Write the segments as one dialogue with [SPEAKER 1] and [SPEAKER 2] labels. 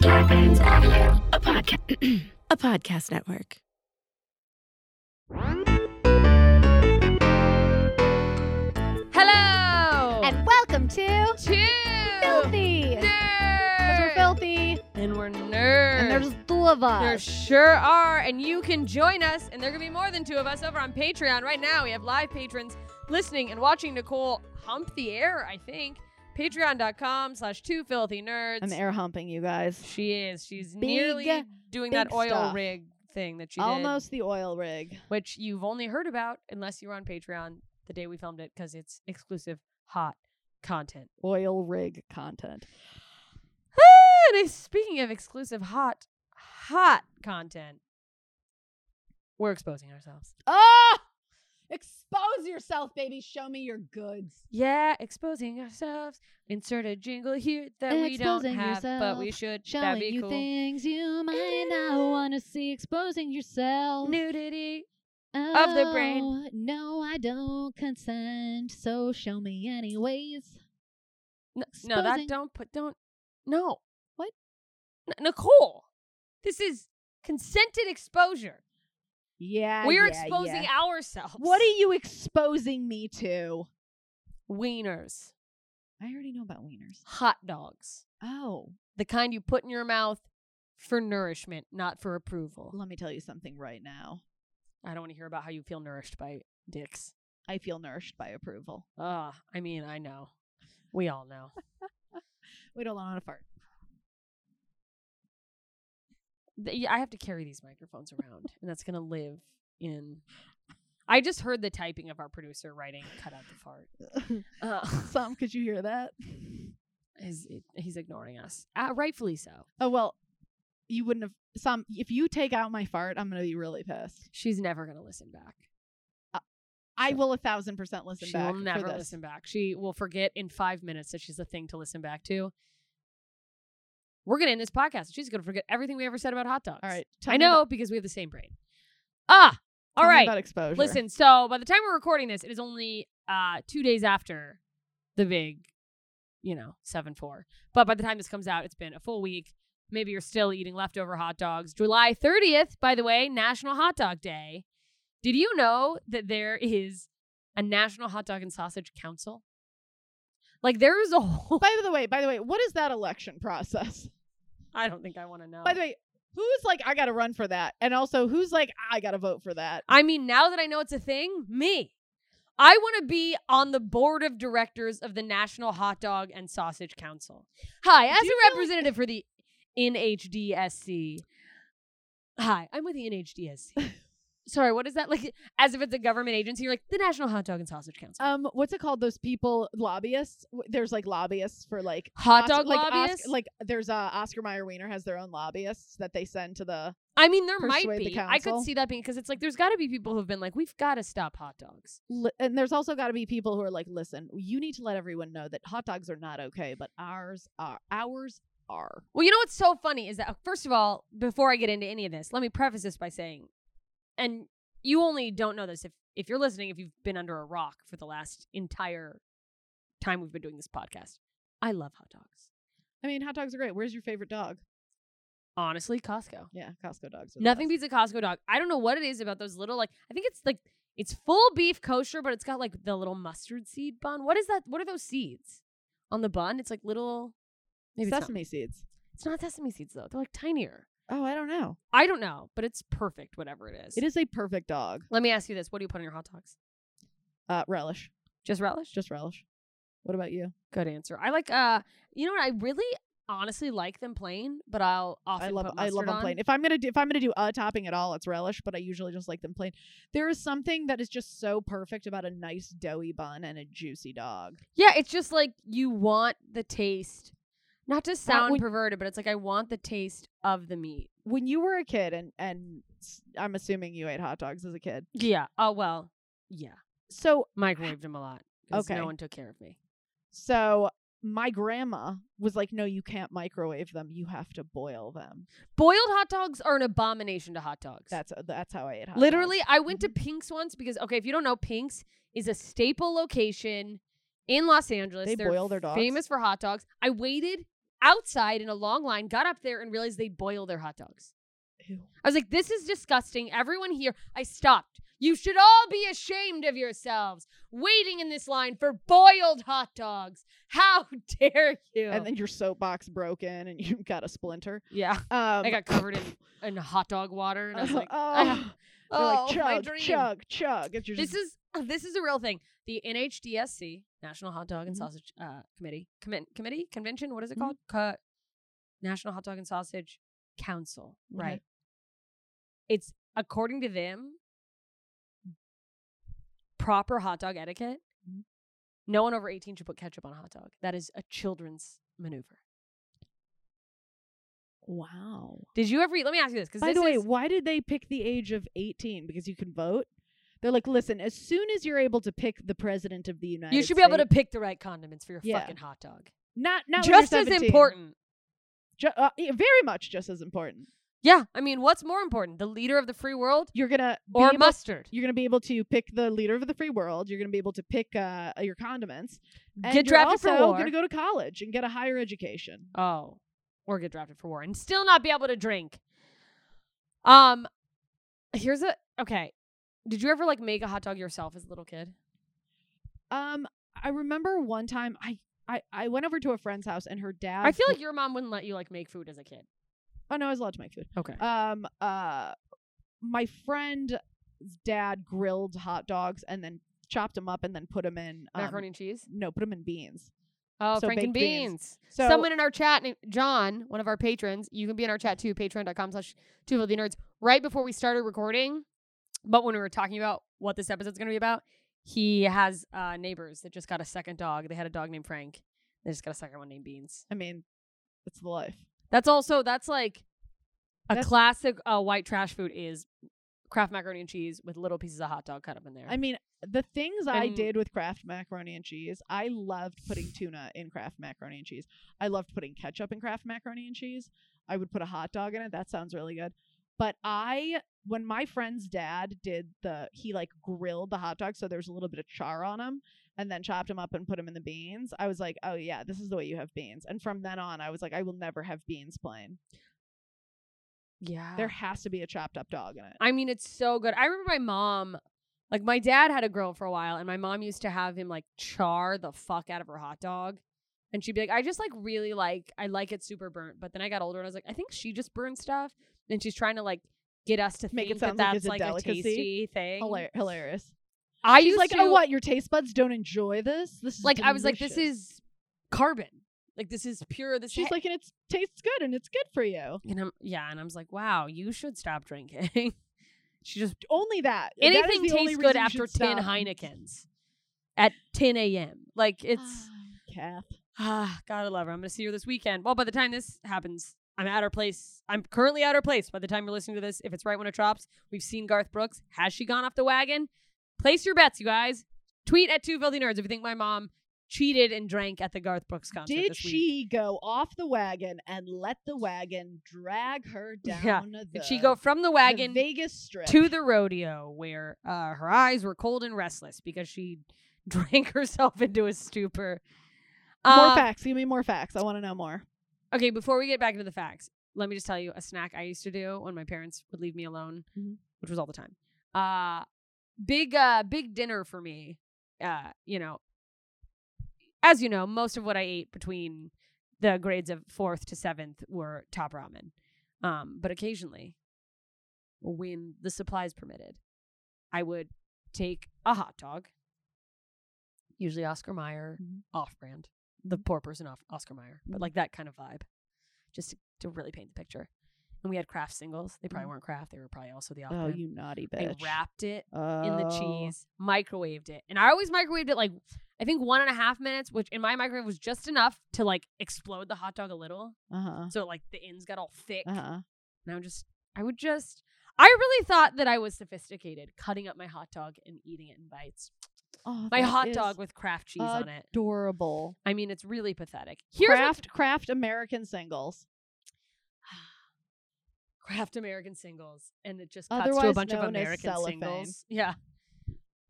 [SPEAKER 1] Scarpins Audio, a podcast,
[SPEAKER 2] a podcast network.
[SPEAKER 3] Hello!
[SPEAKER 4] And welcome to
[SPEAKER 3] two
[SPEAKER 4] Filthy. Because we're
[SPEAKER 3] nerds!
[SPEAKER 4] filthy
[SPEAKER 3] and we're nerds.
[SPEAKER 4] and there's two of
[SPEAKER 3] there
[SPEAKER 4] us.
[SPEAKER 3] sure are, and you can join us, and there are gonna be more than two of us over on Patreon right now. We have live patrons listening and watching Nicole hump the air, I think. Patreon.com slash two filthy nerds.
[SPEAKER 4] I'm air humping you guys.
[SPEAKER 3] She is. She's
[SPEAKER 4] Big,
[SPEAKER 3] nearly doing that
[SPEAKER 4] big
[SPEAKER 3] oil
[SPEAKER 4] stuff.
[SPEAKER 3] rig thing that she did.
[SPEAKER 4] Almost the oil rig.
[SPEAKER 3] which you've only heard about unless you were on Patreon the day we filmed it because it's exclusive hot content.
[SPEAKER 4] Oil rig content.
[SPEAKER 3] And if- speaking of exclusive hot, hot content, we're exposing ourselves.
[SPEAKER 4] Ah! Expose yourself, baby. Show me your goods.
[SPEAKER 3] Yeah, exposing ourselves. Insert a jingle here that we don't
[SPEAKER 4] Exposing
[SPEAKER 3] have, but we
[SPEAKER 4] yourself,
[SPEAKER 3] should. That'd
[SPEAKER 4] Showing
[SPEAKER 3] be
[SPEAKER 4] you
[SPEAKER 3] cool.
[SPEAKER 4] things you might not want to see. Exposing yourself.
[SPEAKER 3] Nudity.
[SPEAKER 4] oh,
[SPEAKER 3] the brain.
[SPEAKER 4] No, I don't consent. So show me anyways.
[SPEAKER 3] No, no, that
[SPEAKER 4] Exposing-
[SPEAKER 3] don't put don't. No.
[SPEAKER 4] What?
[SPEAKER 3] N- Nicole, this is consented exposure.
[SPEAKER 4] Ah, Yeah.
[SPEAKER 3] We're
[SPEAKER 4] yeah,
[SPEAKER 3] exposing
[SPEAKER 4] yeah.
[SPEAKER 3] ourselves.
[SPEAKER 4] What are you exposing me to?
[SPEAKER 3] wieners?
[SPEAKER 4] I already know about wieners.
[SPEAKER 3] Hot dogs.
[SPEAKER 4] Oh,
[SPEAKER 3] the kind you put in your mouth for nourishment, not for approval.
[SPEAKER 4] let me tell you something right now.
[SPEAKER 3] I don't want to hear about how you feel nourished by dicks.
[SPEAKER 4] I feel nourished by approval.
[SPEAKER 3] Ah, I mean, I know. We all know.
[SPEAKER 4] Wait, hold on, I want to fart.
[SPEAKER 3] Th- yeah, I have to carry these microphones around, and that's going to live in. I just heard the typing of our producer writing cut out the fart. Uh,
[SPEAKER 4] Some, could you hear that?
[SPEAKER 3] he's, he's ignoring us. Uh, rightfully so.
[SPEAKER 4] Oh well, you wouldn't have. Some, if you take out my fart, I'm gonna be really pissed.
[SPEAKER 3] She's never going to listen back.
[SPEAKER 4] I
[SPEAKER 3] Sure.
[SPEAKER 4] will a thousand percent listen
[SPEAKER 3] she
[SPEAKER 4] back.
[SPEAKER 3] will
[SPEAKER 4] for
[SPEAKER 3] never
[SPEAKER 4] this.
[SPEAKER 3] listen back. She will forget in five minutes that she's a thing to listen back to. We're gonna end this podcast. She's gonna forget everything we ever said about hot dogs.
[SPEAKER 4] All right, tell
[SPEAKER 3] I
[SPEAKER 4] me about-
[SPEAKER 3] know because we have the same brain. Ah, all
[SPEAKER 4] tell me
[SPEAKER 3] right.
[SPEAKER 4] about exposure.
[SPEAKER 3] Listen. So by the time we're recording this, it is only uh two days after the big, you know, seven four. But by the time this comes out, it's been a full week. Maybe you're still eating leftover hot dogs. July 30th, by the way, National Hot Dog Day. Did you know that there is a National Hot Dog and Sausage Council? Like there is a whole.
[SPEAKER 4] By the way, by the way, what is that election process?
[SPEAKER 3] I don't think I want to know.
[SPEAKER 4] By the way, who's like I gotta run for that, and also who's like I gotta vote for that?
[SPEAKER 3] I mean, now that I know it's a thing, me. I want to be on the board of directors of the National Hot Dog and Sausage Council. Hi, as
[SPEAKER 4] Do
[SPEAKER 3] a
[SPEAKER 4] you feel like-
[SPEAKER 3] representative for the NHDSC. Hi, I'm with the NHDSC. Sorry, what is that? Like, as if it's a government agency, you're like the National Hot Dog and Sausage Council.
[SPEAKER 4] Um, what's it called? Those people lobbyists. W- There's like lobbyists for like
[SPEAKER 3] hot
[SPEAKER 4] Oscar-
[SPEAKER 3] dog
[SPEAKER 4] like, Oscar-
[SPEAKER 3] lobbyists?
[SPEAKER 4] like there's uh, Oscar Mayer Wiener has their own lobbyists that they send to the.
[SPEAKER 3] I mean, there might
[SPEAKER 4] persuade the
[SPEAKER 3] be. I could
[SPEAKER 4] council?
[SPEAKER 3] see that being because it's like there's got to be people who've been like, we've got to stop hot dogs.
[SPEAKER 4] Li- and there's also got to be people who are like, listen, you need to let everyone know that hot dogs are not okay, but ours are. Ours are.
[SPEAKER 3] Well, you know what's so funny is that uh, first of all, before I get into any of this, let me preface this by saying, and you only don't know this if if you're listening, if you've been under a rock for the last entire time we've been doing this podcast. I love hot dogs.
[SPEAKER 4] I mean, hot dogs are great. Where's your favorite dog?
[SPEAKER 3] Honestly, Costco.
[SPEAKER 4] Yeah, Costco dogs. Are the
[SPEAKER 3] Nothing
[SPEAKER 4] best.
[SPEAKER 3] beats a Costco dog. I don't know what it is about those little like I think it's like it's full beef kosher, but it's got like the little mustard seed bun. What is that? What are those seeds on the bun? It's like little maybe it's not-
[SPEAKER 4] sesame seeds.
[SPEAKER 3] it's not sesame seeds though. They're like tinier.
[SPEAKER 4] Oh, I don't know.
[SPEAKER 3] I don't know, but it's perfect, whatever it is.
[SPEAKER 4] It is a perfect dog.
[SPEAKER 3] Let me ask you this. What do you put on your hot dogs?
[SPEAKER 4] Uh, relish,
[SPEAKER 3] Just relish?
[SPEAKER 4] just relish. What about you?
[SPEAKER 3] Good answer. I like uh you know what I really honestly like them plain, but I'll often
[SPEAKER 4] I love
[SPEAKER 3] put
[SPEAKER 4] I love
[SPEAKER 3] mustard
[SPEAKER 4] them
[SPEAKER 3] on.
[SPEAKER 4] plain. If I'm gonna do, if I'm gonna do a topping at all, it's relish, but I usually just like them plain. There is something that is just so perfect about a nice doughy bun and a juicy dog.
[SPEAKER 3] Yeah, it's just like you want the taste. Not to sound
[SPEAKER 4] when-
[SPEAKER 3] perverted, but it's like I want the taste of the meat.
[SPEAKER 4] When you were a kid, and and s- I'm assuming you ate hot dogs as a kid,
[SPEAKER 3] Yeah. Oh well. Yeah.
[SPEAKER 4] so
[SPEAKER 3] Microwaved them a lot. 'cause
[SPEAKER 4] Okay.
[SPEAKER 3] No one took care of me.
[SPEAKER 4] so my grandma was like, "No, you can't microwave them. You have to boil them."
[SPEAKER 3] Boiled hot dogs are an abomination to hot dogs.
[SPEAKER 4] That's uh, that's Mm-hmm. how I ate hot.
[SPEAKER 3] Literally,
[SPEAKER 4] dogs.
[SPEAKER 3] I went to Pink's once because okay, if you don't know, Pink's is a staple location in Los Angeles.
[SPEAKER 4] They
[SPEAKER 3] They're
[SPEAKER 4] boil their dogs?
[SPEAKER 3] Famous for hot dogs. I waited outside in a long line, got up there and realized they boil their hot dogs.
[SPEAKER 4] Ew.
[SPEAKER 3] I was like, this is disgusting. Everyone here, I stopped. You should all be ashamed of yourselves waiting in this line for boiled hot dogs. How dare you?
[SPEAKER 4] And then your soapbox broken and you got a splinter.
[SPEAKER 3] yeah,
[SPEAKER 4] Um,
[SPEAKER 3] I got covered in, in hot dog water, and I was like,
[SPEAKER 4] oh, They're
[SPEAKER 3] oh,
[SPEAKER 4] like,
[SPEAKER 3] my
[SPEAKER 4] chug,
[SPEAKER 3] dream.
[SPEAKER 4] chug, chug. It's just
[SPEAKER 3] This is this is a real thing. The NHDSC, National Hot Dog and
[SPEAKER 4] Mhm.
[SPEAKER 3] Sausage uh, Committee, Commi- committee convention. What is it
[SPEAKER 4] Mhm.
[SPEAKER 3] called? Co- National Hot Dog and Sausage Council.
[SPEAKER 4] Okay.
[SPEAKER 3] Right. It's according to them, proper hot dog etiquette.
[SPEAKER 4] Mhm.
[SPEAKER 3] No one over eighteen should put ketchup on a hot dog. That is a children's maneuver.
[SPEAKER 4] wow.
[SPEAKER 3] Did you ever? eat- Let me ask you this, because
[SPEAKER 4] By the way, why did they pick the age of 18? Because you can vote. They're like, listen, as soon as you're able to pick the president of the United,
[SPEAKER 3] you should be able to
[SPEAKER 4] States-
[SPEAKER 3] pick the right condiments for your
[SPEAKER 4] Yeah.
[SPEAKER 3] fucking hot dog.
[SPEAKER 4] not not when you're
[SPEAKER 3] Just as
[SPEAKER 4] 17.
[SPEAKER 3] important.
[SPEAKER 4] Ju- uh, yeah, very much just as important.
[SPEAKER 3] Yeah, I mean, what's more important, the leader of the free world
[SPEAKER 4] You're gonna be
[SPEAKER 3] or
[SPEAKER 4] able-
[SPEAKER 3] mustard?
[SPEAKER 4] You're gonna be able to pick the leader of the free world. You're gonna be able to pick uh, your condiments. And
[SPEAKER 3] Get
[SPEAKER 4] you're
[SPEAKER 3] drafted for
[SPEAKER 4] also
[SPEAKER 3] war.
[SPEAKER 4] gonna go to college and get a higher education.
[SPEAKER 3] Oh, or get drafted for war and still not be able to drink. Um, here's a okay. Did you ever like make a hot dog yourself as a little kid?
[SPEAKER 4] Um, I remember one time I I, I went over to a friend's house and her dad.
[SPEAKER 3] I feel like your mom wouldn't let you like make food as a kid.
[SPEAKER 4] oh no, I was allowed to make food.
[SPEAKER 3] Okay.
[SPEAKER 4] um uh my friend's dad grilled hot dogs and then chopped them up and then put them in um,
[SPEAKER 3] Macaroni and cheese.
[SPEAKER 4] no put them in beans
[SPEAKER 3] Oh,
[SPEAKER 4] so
[SPEAKER 3] frank and
[SPEAKER 4] baked beans.
[SPEAKER 3] beans.
[SPEAKER 4] so
[SPEAKER 3] Someone in our chat, named John, one of our patrons, you can be in our chat too, patreon.com slash two filthy nerds. Right before we started recording, but when we were talking about what this episode's going to be about, he has uh, neighbors that just got a second dog. They had a dog named Frank. They just got a second one named Beans.
[SPEAKER 4] i mean it's the life
[SPEAKER 3] That's also, that's like a
[SPEAKER 4] That's-
[SPEAKER 3] classic uh, white trash food is Kraft macaroni and cheese with little pieces of hot dog cut up in there.
[SPEAKER 4] i mean the things i
[SPEAKER 3] And-
[SPEAKER 4] did with kraft macaroni and cheese i loved putting tuna in kraft macaroni and cheese i loved putting ketchup in kraft macaroni and cheese i would put a hot dog in it that sounds really good but i when my friend's dad did the he like grilled the hot dog so there was a little bit of char on them and then chopped them up and put them in the beans i was like oh yeah this is the way you have beans and from then on i was like i will never have beans plain
[SPEAKER 3] yeah.
[SPEAKER 4] there has to be a chopped up dog in it
[SPEAKER 3] Ah. I mean, it's so good. I remember my mom, like my dad had a grill for a while, and my mom used to have him like char the fuck out of her hot dog. And she'd be like, I just like really like, I like it super burnt. But then I got older and I was like, I think she just burns stuff. And she's trying to like get us to
[SPEAKER 4] Make it
[SPEAKER 3] think that
[SPEAKER 4] sound like
[SPEAKER 3] that's
[SPEAKER 4] it's a
[SPEAKER 3] like a,
[SPEAKER 4] delicacy.
[SPEAKER 3] tasty thing.
[SPEAKER 4] Hilar- hilarious
[SPEAKER 3] I
[SPEAKER 4] She's
[SPEAKER 3] used
[SPEAKER 4] like,
[SPEAKER 3] to,
[SPEAKER 4] oh, what? Your taste buds don't enjoy this? This is
[SPEAKER 3] Like, I was like, this
[SPEAKER 4] delicious."
[SPEAKER 3] is carbon. Like, this is pure. This
[SPEAKER 4] She's
[SPEAKER 3] he-
[SPEAKER 4] like, and it tastes good and it's good for you.
[SPEAKER 3] and I'm, yeah. And I was like, wow, you should stop drinking. she just
[SPEAKER 4] Only that. That is
[SPEAKER 3] anything
[SPEAKER 4] the only
[SPEAKER 3] tastes good
[SPEAKER 4] reason you
[SPEAKER 3] after
[SPEAKER 4] should
[SPEAKER 3] 10
[SPEAKER 4] stop.
[SPEAKER 3] Heinekens at 10 a.m. Like
[SPEAKER 4] Ah.
[SPEAKER 3] it's
[SPEAKER 4] Kath.
[SPEAKER 3] ah, gotta love her. I'm gonna see her this weekend. Well, by the time this happens, I'm at her place. I'm currently at her place. By the time you're listening to this, if it's right when it drops, we've seen Garth Brooks. Has she gone off the wagon? Place your bets, you guys. Tweet at two filthy nerds if you think my mom cheated and drank at the Garth Brooks concert.
[SPEAKER 4] Did
[SPEAKER 3] this week.
[SPEAKER 4] she go off the wagon and let the wagon drag her down?
[SPEAKER 3] Yeah.
[SPEAKER 4] The,
[SPEAKER 3] Did she go from the
[SPEAKER 4] the
[SPEAKER 3] wagon
[SPEAKER 4] Vegas Strip
[SPEAKER 3] to the rodeo where uh, her eyes were cold and restless because she drank herself into a stupor.
[SPEAKER 4] More
[SPEAKER 3] Uh,
[SPEAKER 4] facts. Give me more facts. I want to know more.
[SPEAKER 3] Okay, before we get back into the facts, let me just tell you a snack I used to do when my parents would leave me alone,
[SPEAKER 4] Mhm.
[SPEAKER 3] which was all the time. Uh big uh big dinner for me. Uh, you know, as you know, most of what I ate between the grades of 4th to 7th were top ramen. Um, but occasionally when the supplies permitted, I would take a hot dog, usually Oscar Mayer
[SPEAKER 4] Mhm.
[SPEAKER 3] off brand, the poor person off Oscar Mayer, but like that kind of vibe, just to, to really paint the picture. And we had craft singles. They probably
[SPEAKER 4] Mhm.
[SPEAKER 3] weren't craft, they were probably also the off
[SPEAKER 4] Oh,
[SPEAKER 3] brand.
[SPEAKER 4] you naughty
[SPEAKER 3] they
[SPEAKER 4] bitch.
[SPEAKER 3] wrapped it
[SPEAKER 4] oh.
[SPEAKER 3] in the cheese, microwaved it. And I always microwaved it like, I think one and a half minutes, which in my microwave was just enough to like explode the hot dog a little.
[SPEAKER 4] Uh huh.
[SPEAKER 3] So like the ends got all thick.
[SPEAKER 4] Uh huh.
[SPEAKER 3] And I would just, I would just, I really thought that I was sophisticated cutting up my hot dog and eating it in bites.
[SPEAKER 4] Oh,
[SPEAKER 3] My
[SPEAKER 4] that
[SPEAKER 3] hot
[SPEAKER 4] is
[SPEAKER 3] dog with Kraft cheese on it.
[SPEAKER 4] Adorable.
[SPEAKER 3] I mean, it's really pathetic. Here's what's-
[SPEAKER 4] Craft, craft American singles.
[SPEAKER 3] Kraft American singles, and it just cuts to a
[SPEAKER 4] Otherwise
[SPEAKER 3] bunch of
[SPEAKER 4] known as
[SPEAKER 3] American
[SPEAKER 4] cellophane.
[SPEAKER 3] singles. Yeah.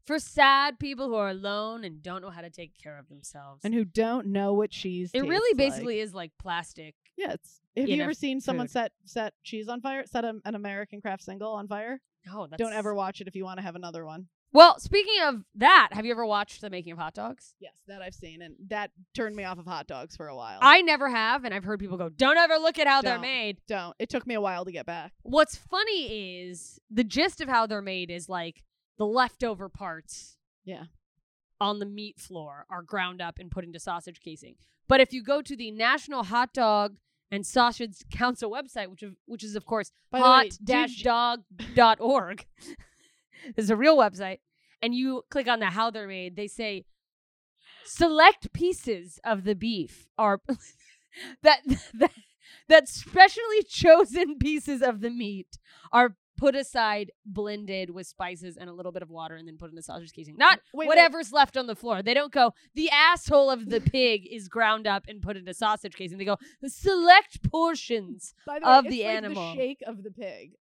[SPEAKER 3] for sad people who are alone and don't know how to take care of themselves.
[SPEAKER 4] and who don't know what cheese.
[SPEAKER 3] it really
[SPEAKER 4] tastes like.
[SPEAKER 3] basically is like plastic.
[SPEAKER 4] Yeah, it's. Have
[SPEAKER 3] in
[SPEAKER 4] you
[SPEAKER 3] a
[SPEAKER 4] ever seen someone
[SPEAKER 3] food.
[SPEAKER 4] set set cheese on fire? Set a, an American craft single on fire?
[SPEAKER 3] Oh, that's
[SPEAKER 4] Don't ever watch it if you want to have another one.
[SPEAKER 3] Well, speaking of that, have you ever watched the making of hot dogs?
[SPEAKER 4] Yes, that I've seen, and that turned me off of hot dogs for a while.
[SPEAKER 3] I never have, and I've heard people go, "Don't ever look at how they're
[SPEAKER 4] Don't.
[SPEAKER 3] made."
[SPEAKER 4] don't. It took me a while to get back.
[SPEAKER 3] What's funny is the gist of how they're made is like the leftover parts.
[SPEAKER 4] Yeah.
[SPEAKER 3] On the meat floor are ground up and put into sausage casing. But if you go to the National Hot Dog and Sausage Council website, which of, which is of course
[SPEAKER 4] By the way, did you-
[SPEAKER 3] hot-dog.org is a real website and you click on the how they're made they say select pieces of the beef are that, that that specially chosen pieces of the meat are put aside blended with spices and a little bit of water and then put in the sausage casing not
[SPEAKER 4] Wait, wait.
[SPEAKER 3] whatever's left on the floor they don't go the asshole of the pig is ground up and put in a sausage casing they go select portions
[SPEAKER 4] By
[SPEAKER 3] of
[SPEAKER 4] it's
[SPEAKER 3] the
[SPEAKER 4] like
[SPEAKER 3] animal.
[SPEAKER 4] the shake of the pig.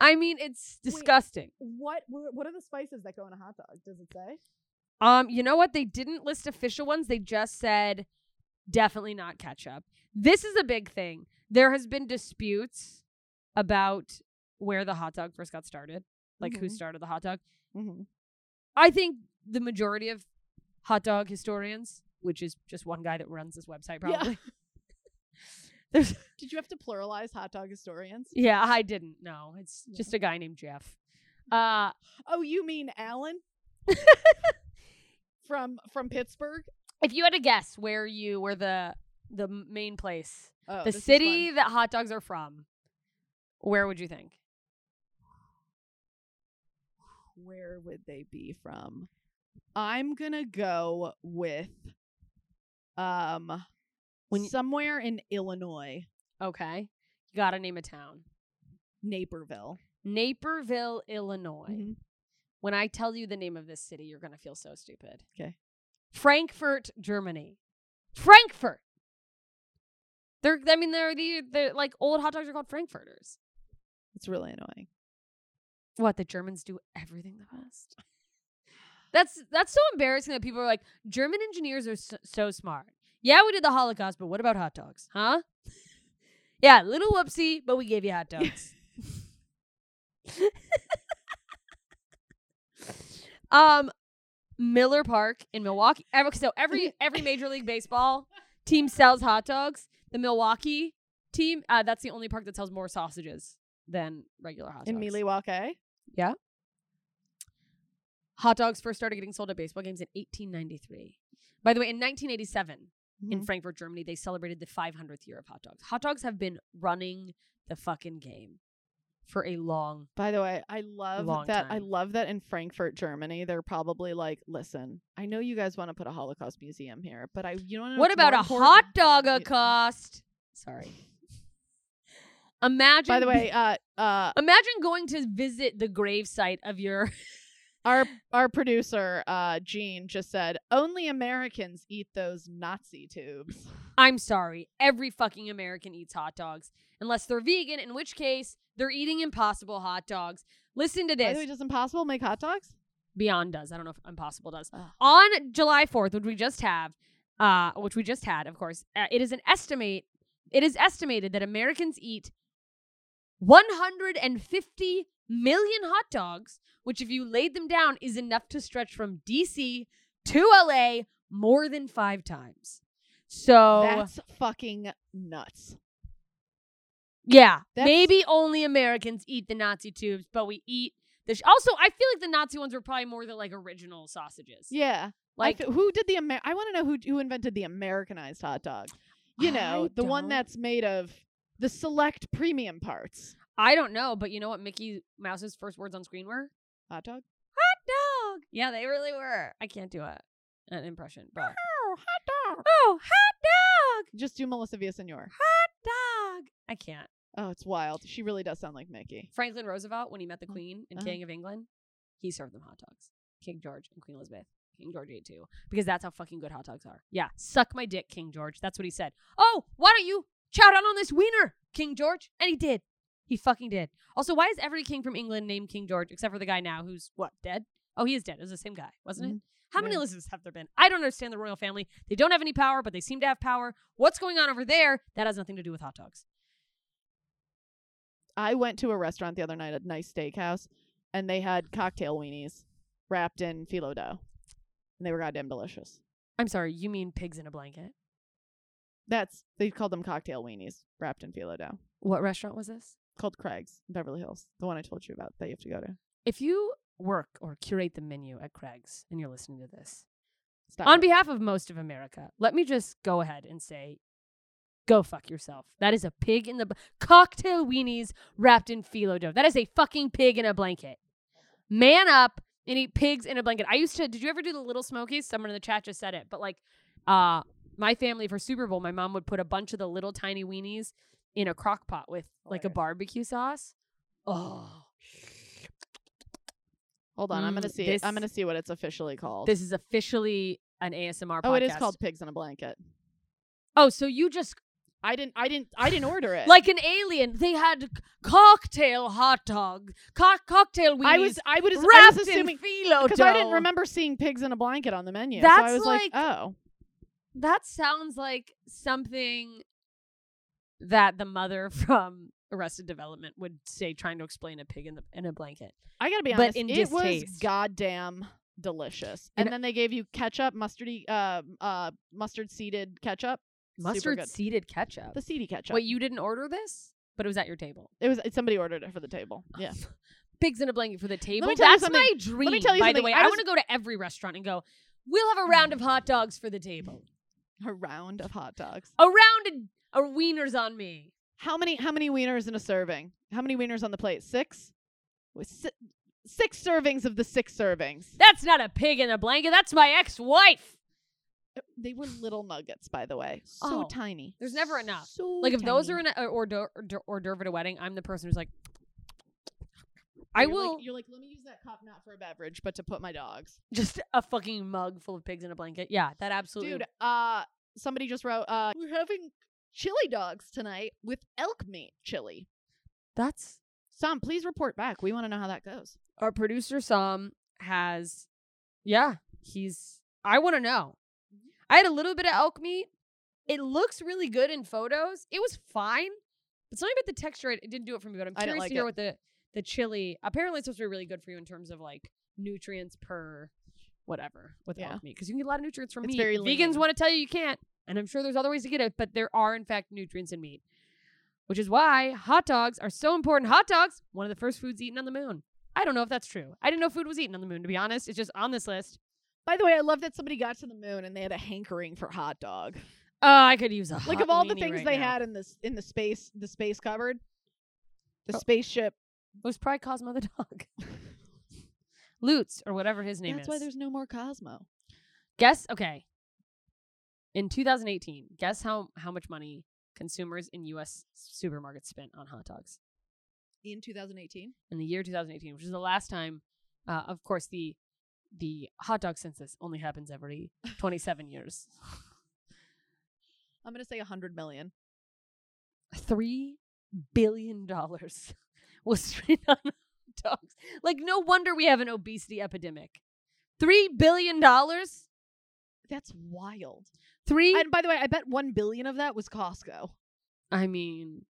[SPEAKER 3] i mean it's
[SPEAKER 4] Wait.
[SPEAKER 3] disgusting
[SPEAKER 4] What were- what are the spices that go in a hot dog? Does it say?
[SPEAKER 3] Um, you know what? They didn't list official ones. They just said definitely not ketchup. This is a big thing. There has been disputes about where the hot dog first got started, like who
[SPEAKER 4] Mhm.
[SPEAKER 3] started the hot dog.
[SPEAKER 4] Mm-hmm.
[SPEAKER 3] I think the majority of hot dog historians, which is just one guy that runs this website,
[SPEAKER 4] Yeah.
[SPEAKER 3] probably. There's,
[SPEAKER 4] Did you have to pluralize hot dog historians?
[SPEAKER 3] yeah, I didn't know. It's
[SPEAKER 4] Yeah.
[SPEAKER 3] just a guy named Jeff. Uh,
[SPEAKER 4] Oh, you mean Alan from from Pittsburgh?
[SPEAKER 3] if you had to guess where you where the the main place
[SPEAKER 4] Oh,
[SPEAKER 3] the
[SPEAKER 4] this is
[SPEAKER 3] city
[SPEAKER 4] fun.
[SPEAKER 3] that hot dogs are from, where would you think?
[SPEAKER 4] Where would they be from? I'm gonna go with um
[SPEAKER 3] When y-
[SPEAKER 4] somewhere in Illinois,
[SPEAKER 3] Okay. You got to name a town.
[SPEAKER 4] Naperville.
[SPEAKER 3] Naperville, Illinois.
[SPEAKER 4] Mhm.
[SPEAKER 3] When I tell you the name of this city, you're going to feel so stupid.
[SPEAKER 4] 'Kay.
[SPEAKER 3] Frankfurt, Germany. Frankfurt. They're I mean they're the they're like old hot dogs are called frankfurters.
[SPEAKER 4] It's really annoying.
[SPEAKER 3] What the Germans do everything the best. That's that's so embarrassing that people are like German engineers are so, so smart. Yeah, we did the Holocaust, but what about hot dogs, huh? yeah, little whoopsie, but we gave you hot dogs. um, Miller Park in Milwaukee. Every, so every every major league baseball team sells hot dogs. The Milwaukee team, uh, that's the only park that sells more sausages than regular hot dogs
[SPEAKER 4] In Milwaukee.
[SPEAKER 3] hot dogs first started getting sold at baseball games in 1893. By the way, in 1987, in
[SPEAKER 4] Mhm.
[SPEAKER 3] Frankfurt, Germany, they celebrated the 500th year of hot dogs. Hot dogs have been running the fucking game for a long.
[SPEAKER 4] By the way, I love
[SPEAKER 3] long
[SPEAKER 4] that I
[SPEAKER 3] time.
[SPEAKER 4] love that in Frankfurt, Germany, they're probably like, listen, I know you guys want to put a Holocaust museum here, but I you know
[SPEAKER 3] what
[SPEAKER 4] what's
[SPEAKER 3] about
[SPEAKER 4] Mm, more
[SPEAKER 3] a
[SPEAKER 4] important?
[SPEAKER 3] hot dog
[SPEAKER 4] You-
[SPEAKER 3] a cost? Sorry. Imagine.
[SPEAKER 4] By the way, uh uh
[SPEAKER 3] imagine going to visit the gravesite of your.
[SPEAKER 4] our our producer, uh Gene just said, only Americans eat those Nazi tubes.
[SPEAKER 3] I'm sorry. Every fucking American eats hot dogs unless they're vegan, in which case they're eating impossible hot dogs. Listen to this.
[SPEAKER 4] By the way, does Impossible make hot dogs?
[SPEAKER 3] Beyond does. I don't know if Impossible does.
[SPEAKER 4] Ah.
[SPEAKER 3] On July 4th, which we just have, uh, which we just had, of course, uh, it is an estimate. It is estimated that Americans eat 150 million hot dogs, which, if you laid them down, is enough to stretch from DC to LA more than five times. So
[SPEAKER 4] That's fucking nuts.
[SPEAKER 3] yeah,
[SPEAKER 4] That's-
[SPEAKER 3] maybe only Americans eat the Nazi tubes, but we eat the. Sh- also, I feel like the Nazi ones were probably more the like original sausages.
[SPEAKER 4] Yeah.
[SPEAKER 3] like
[SPEAKER 4] Like who did the Amer- I want to know who who invented the Americanized hot dog. You
[SPEAKER 3] I
[SPEAKER 4] know, the one
[SPEAKER 3] don't-
[SPEAKER 4] that's made of the select premium parts.
[SPEAKER 3] I don't know, but you know what Mickey Mouse's first words on screen were?
[SPEAKER 4] Hot dog?
[SPEAKER 3] Hot dog. Yeah, they really were. I can't do a an impression, but
[SPEAKER 4] Oh, hot dog.
[SPEAKER 3] oh, hot dog,
[SPEAKER 4] Just do Melissa Villasenor.
[SPEAKER 3] dog. I can't.
[SPEAKER 4] Oh, it's wild. She really does sound like Mickey.
[SPEAKER 3] Franklin Roosevelt, when he met the Queen and
[SPEAKER 4] uh-huh.
[SPEAKER 3] King of England, he served them hot dogs. King George and Queen Elizabeth. King George ate too, because that's how fucking good hot dogs are. Yeah, suck my dick, King George. That's what he said. Oh, why don't you chow down on this wiener, King George? And he did. He fucking did. Also, why is every king from England named King George except for the guy now who's what dead? Oh, he is dead. It was the same guy, wasn't it?
[SPEAKER 4] Mhm.
[SPEAKER 3] How many
[SPEAKER 4] Yeah.
[SPEAKER 3] Elizabeths have there been? I don't understand the royal family. They don't have any power, but they seem to have power. What's going on over there? That has nothing to do with hot dogs.
[SPEAKER 4] I went to a restaurant the other night, a nice steakhouse, and they had cocktail weenies wrapped in phyllo dough, and they were goddamn delicious.
[SPEAKER 3] I'm sorry, you mean pigs in a blanket?
[SPEAKER 4] That's they called them cocktail weenies wrapped in phyllo dough,
[SPEAKER 3] What restaurant was this?
[SPEAKER 4] called Craig's in Beverly Hills, the one I told you about that you have to go to.
[SPEAKER 3] If you work or curate the menu at Craig's and you're listening to this,
[SPEAKER 4] Stop
[SPEAKER 3] on
[SPEAKER 4] it.
[SPEAKER 3] behalf of most of America, let me just go ahead and say, go fuck yourself. That is a pig in the b- cocktail weenies wrapped in phyllo dough. That is a fucking pig in a blanket. Man up and eat pigs in a blanket. I used to. Did you ever do the Little Smokies? Someone in the chat just said it, but like, uh, my family for Super Bowl, my mom would put a bunch of the little tiny weenies in a crock pot with like a
[SPEAKER 4] Hilarious.
[SPEAKER 3] barbecue sauce. Oh,
[SPEAKER 4] Hold on, I'm gonna
[SPEAKER 3] Mm,
[SPEAKER 4] see.
[SPEAKER 3] this-
[SPEAKER 4] it. I'm gonna see what it's officially called.
[SPEAKER 3] this is officially an ASMR.
[SPEAKER 4] oh, it is
[SPEAKER 3] podcast.
[SPEAKER 4] called Pigs in a Blanket.
[SPEAKER 3] Oh, so you just
[SPEAKER 4] I didn't. I didn't. I didn't order it.
[SPEAKER 3] like an alien. They had c- cocktail hot dog, co- cocktail weenies
[SPEAKER 4] I was. I would. I
[SPEAKER 3] wrapped
[SPEAKER 4] was assuming
[SPEAKER 3] in phyllo
[SPEAKER 4] because I didn't
[SPEAKER 3] dough.
[SPEAKER 4] remember seeing pigs in a blanket on the menu. so
[SPEAKER 3] That's
[SPEAKER 4] I was like,
[SPEAKER 3] like-
[SPEAKER 4] oh,
[SPEAKER 3] That sounds like something that the mother from Arrested Development would say, trying to explain a pig in, the, in a blanket.
[SPEAKER 4] I gotta be
[SPEAKER 3] But
[SPEAKER 4] honest.
[SPEAKER 3] in
[SPEAKER 4] it was
[SPEAKER 3] distaste.
[SPEAKER 4] goddamn delicious.
[SPEAKER 3] And-
[SPEAKER 4] And, then they gave you ketchup, mustardy, uh, uh, mustard seeded ketchup, Super
[SPEAKER 3] Mustard
[SPEAKER 4] good.
[SPEAKER 3] seeded ketchup.
[SPEAKER 4] the seedy ketchup.
[SPEAKER 3] Wait, you didn't order this, but it was at your table.
[SPEAKER 4] it was somebody ordered it for the table. Yeah.
[SPEAKER 3] Pigs in a blanket for the table.
[SPEAKER 4] tell you
[SPEAKER 3] That's
[SPEAKER 4] something.
[SPEAKER 3] my dream.
[SPEAKER 4] tell you
[SPEAKER 3] by the
[SPEAKER 4] something.
[SPEAKER 3] way,
[SPEAKER 4] I
[SPEAKER 3] I
[SPEAKER 4] was- Hmm.
[SPEAKER 3] want to go to every restaurant and go. We'll have a round of hot dogs for the table.
[SPEAKER 4] A round of hot dogs.
[SPEAKER 3] A round of, of wieners on me.
[SPEAKER 4] How many? How many wieners in a serving? How many wieners on the plate? Six. With si- six servings of the six servings.
[SPEAKER 3] That's not a pig in a blanket. That's my ex-wife.
[SPEAKER 4] They were little nuggets, by the way. So
[SPEAKER 3] Oh,
[SPEAKER 4] tiny.
[SPEAKER 3] there's never enough.
[SPEAKER 4] So
[SPEAKER 3] Like if those
[SPEAKER 4] tiny.
[SPEAKER 3] are in a or d'oeuvre hors d'oeuvre at a wedding, I'm the person who's like, I
[SPEAKER 4] You're like-
[SPEAKER 3] will
[SPEAKER 4] you're like, let me use that cup not for a beverage, but to put my dogs.
[SPEAKER 3] just a fucking mug full of pigs in a blanket. Yeah, that absolutely.
[SPEAKER 4] Dude, uh, somebody just wrote, uh, we're having chili dogs tonight with elk meat chili.
[SPEAKER 3] That's
[SPEAKER 4] Sam, please report back. We want to know how that goes.
[SPEAKER 3] our producer. Sam has, yeah, he's. I want to know.
[SPEAKER 4] Mm-hmm.
[SPEAKER 3] I had a little bit of elk meat. It looks really good in photos. It was fine, but something about the texture it, it didn't do it for me. But I'm
[SPEAKER 4] I didn't
[SPEAKER 3] curious
[SPEAKER 4] like
[SPEAKER 3] to hear
[SPEAKER 4] it.
[SPEAKER 3] what the the chili. Apparently, it's supposed to be really good for you in terms of like nutrients per whatever with
[SPEAKER 4] Yeah.
[SPEAKER 3] elk meat because you can get a lot of nutrients from
[SPEAKER 4] It's
[SPEAKER 3] meat.
[SPEAKER 4] very
[SPEAKER 3] Vegans
[SPEAKER 4] lean.
[SPEAKER 3] want to tell you you can't, and I'm sure there's other ways to get it, but there are in fact nutrients in meat, which is why hot dogs are so important. Hot dogs, one of the first foods eaten on the moon. I don't know if that's true. I didn't know food was eaten on the moon. To be honest, it's just on this list.
[SPEAKER 4] By the way, I love that somebody got to the moon and they had a hankering for hot dog.
[SPEAKER 3] Oh, I could use a hot
[SPEAKER 4] like of all the
[SPEAKER 3] weenie
[SPEAKER 4] things
[SPEAKER 3] right
[SPEAKER 4] they
[SPEAKER 3] now.
[SPEAKER 4] had in this in the space the space cupboard, the
[SPEAKER 3] Oh.
[SPEAKER 4] spaceship.
[SPEAKER 3] It was probably Cosmo the dog. Lutz or whatever his name
[SPEAKER 4] That's
[SPEAKER 3] is.
[SPEAKER 4] why there's no more Cosmo.
[SPEAKER 3] guess okay. In 2018, guess how how much money consumers in US supermarkets spent on hot dogs
[SPEAKER 4] In 2018,
[SPEAKER 3] in the year 2018, which is the last time uh, of course the the hot dog census only happens every 27 years.
[SPEAKER 4] I'm gonna say 100 million.
[SPEAKER 3] 3 billion dollars was spent on hot dogs. Like no wonder we have an obesity epidemic. 3 billion dollars?
[SPEAKER 4] That's wild.
[SPEAKER 3] 3
[SPEAKER 4] And by the way, I bet one billion of that was Costco.
[SPEAKER 3] I mean,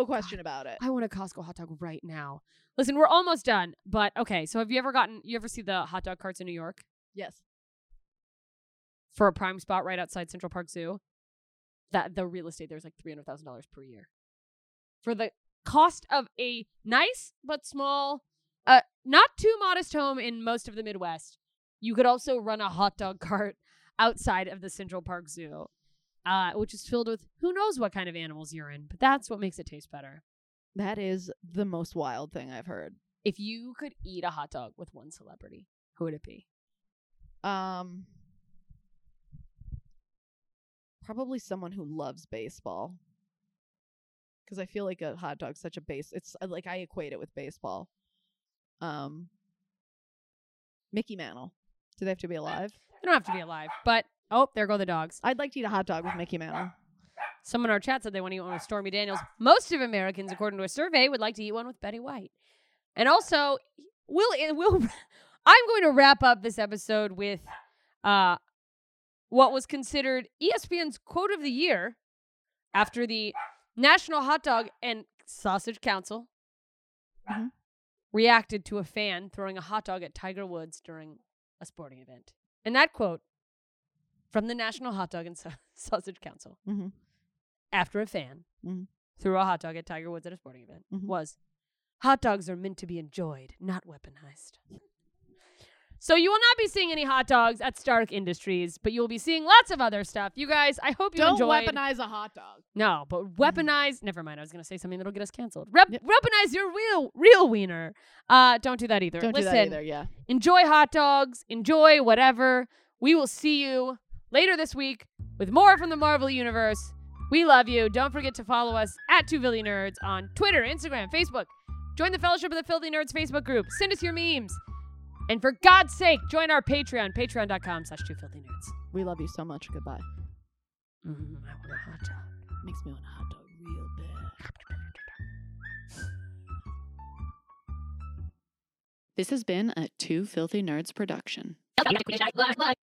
[SPEAKER 3] oh, God.
[SPEAKER 4] question about it.
[SPEAKER 3] I want a Costco hot dog right now. Listen, we're almost done, but okay. So, have you ever gotten, you ever see the hot dog carts in New York
[SPEAKER 4] Yes.
[SPEAKER 3] for a prime spot right outside Central Park Zoo? That the real estate there's like $300,000 per year for the cost of a nice but small, uh, not too modest home in most of the Midwest. You could also run a hot dog cart outside of the Central Park Zoo, uh, which is filled with who knows what kind of animals you're in, but that's what makes it taste better.
[SPEAKER 4] That is the most wild thing I've heard.
[SPEAKER 3] If you could eat a hot dog with one celebrity, who would it be?
[SPEAKER 4] Um, probably someone who loves baseball. Because I feel like a hot dog's such a base. It's uh, like I equate it with baseball. Um, Mickey Mantle. Do they have to be alive?
[SPEAKER 3] They don't have to be alive, but oh, there go the dogs.
[SPEAKER 4] I'd like to eat a hot dog with Mickey Mantle.
[SPEAKER 3] Someone in our chat said they want to eat one with Stormy Daniels. Most of Americans, according to a survey, would like to eat one with Betty White. And also, Will, Will, eh, I'm going to wrap up this episode with uh, what was considered E ESPN's quote of the year after the National Hot Dog and Sausage Council
[SPEAKER 4] Mhm.
[SPEAKER 3] reacted to a fan throwing a hot dog at Tiger Woods during a sporting event. And that quote from the National Hot Dog and Sau- Sausage Council
[SPEAKER 4] Mhm.
[SPEAKER 3] after a fan
[SPEAKER 4] Mhm.
[SPEAKER 3] threw a hot dog at Tiger Woods at a sporting event
[SPEAKER 4] Mhm.
[SPEAKER 3] was hot dogs are meant to be enjoyed, not weaponized. So you will not be seeing any hot dogs at Stark Industries, but you will be seeing lots of other stuff. You guys, I hope you
[SPEAKER 4] Don't
[SPEAKER 3] enjoyed.
[SPEAKER 4] weaponize a hot dog.
[SPEAKER 3] No, but weaponize. Never mind. I was gonna say something that'll get us canceled. Rep-
[SPEAKER 4] Yep.
[SPEAKER 3] Weaponize your real real wiener. Uh, don't do that either.
[SPEAKER 4] Don't
[SPEAKER 3] Listen,
[SPEAKER 4] do that either. Yeah.
[SPEAKER 3] enjoy hot dogs. Enjoy whatever. We will see you later this week with more from the Marvel Universe. We love you. Don't forget to follow us at Two Filthy Nerds on Twitter, Instagram, Facebook. Join the Fellowship of the Filthy Nerds Facebook group. Send us your memes. And for God's sake, join our Patreon, patreon.com slash two filthy nerds.
[SPEAKER 4] We love you so much. Goodbye.
[SPEAKER 3] Mm, I want a hot dog.
[SPEAKER 4] Makes me want a hot dog real bad. This has been a Two Filthy Nerds production.
[SPEAKER 1] Bye.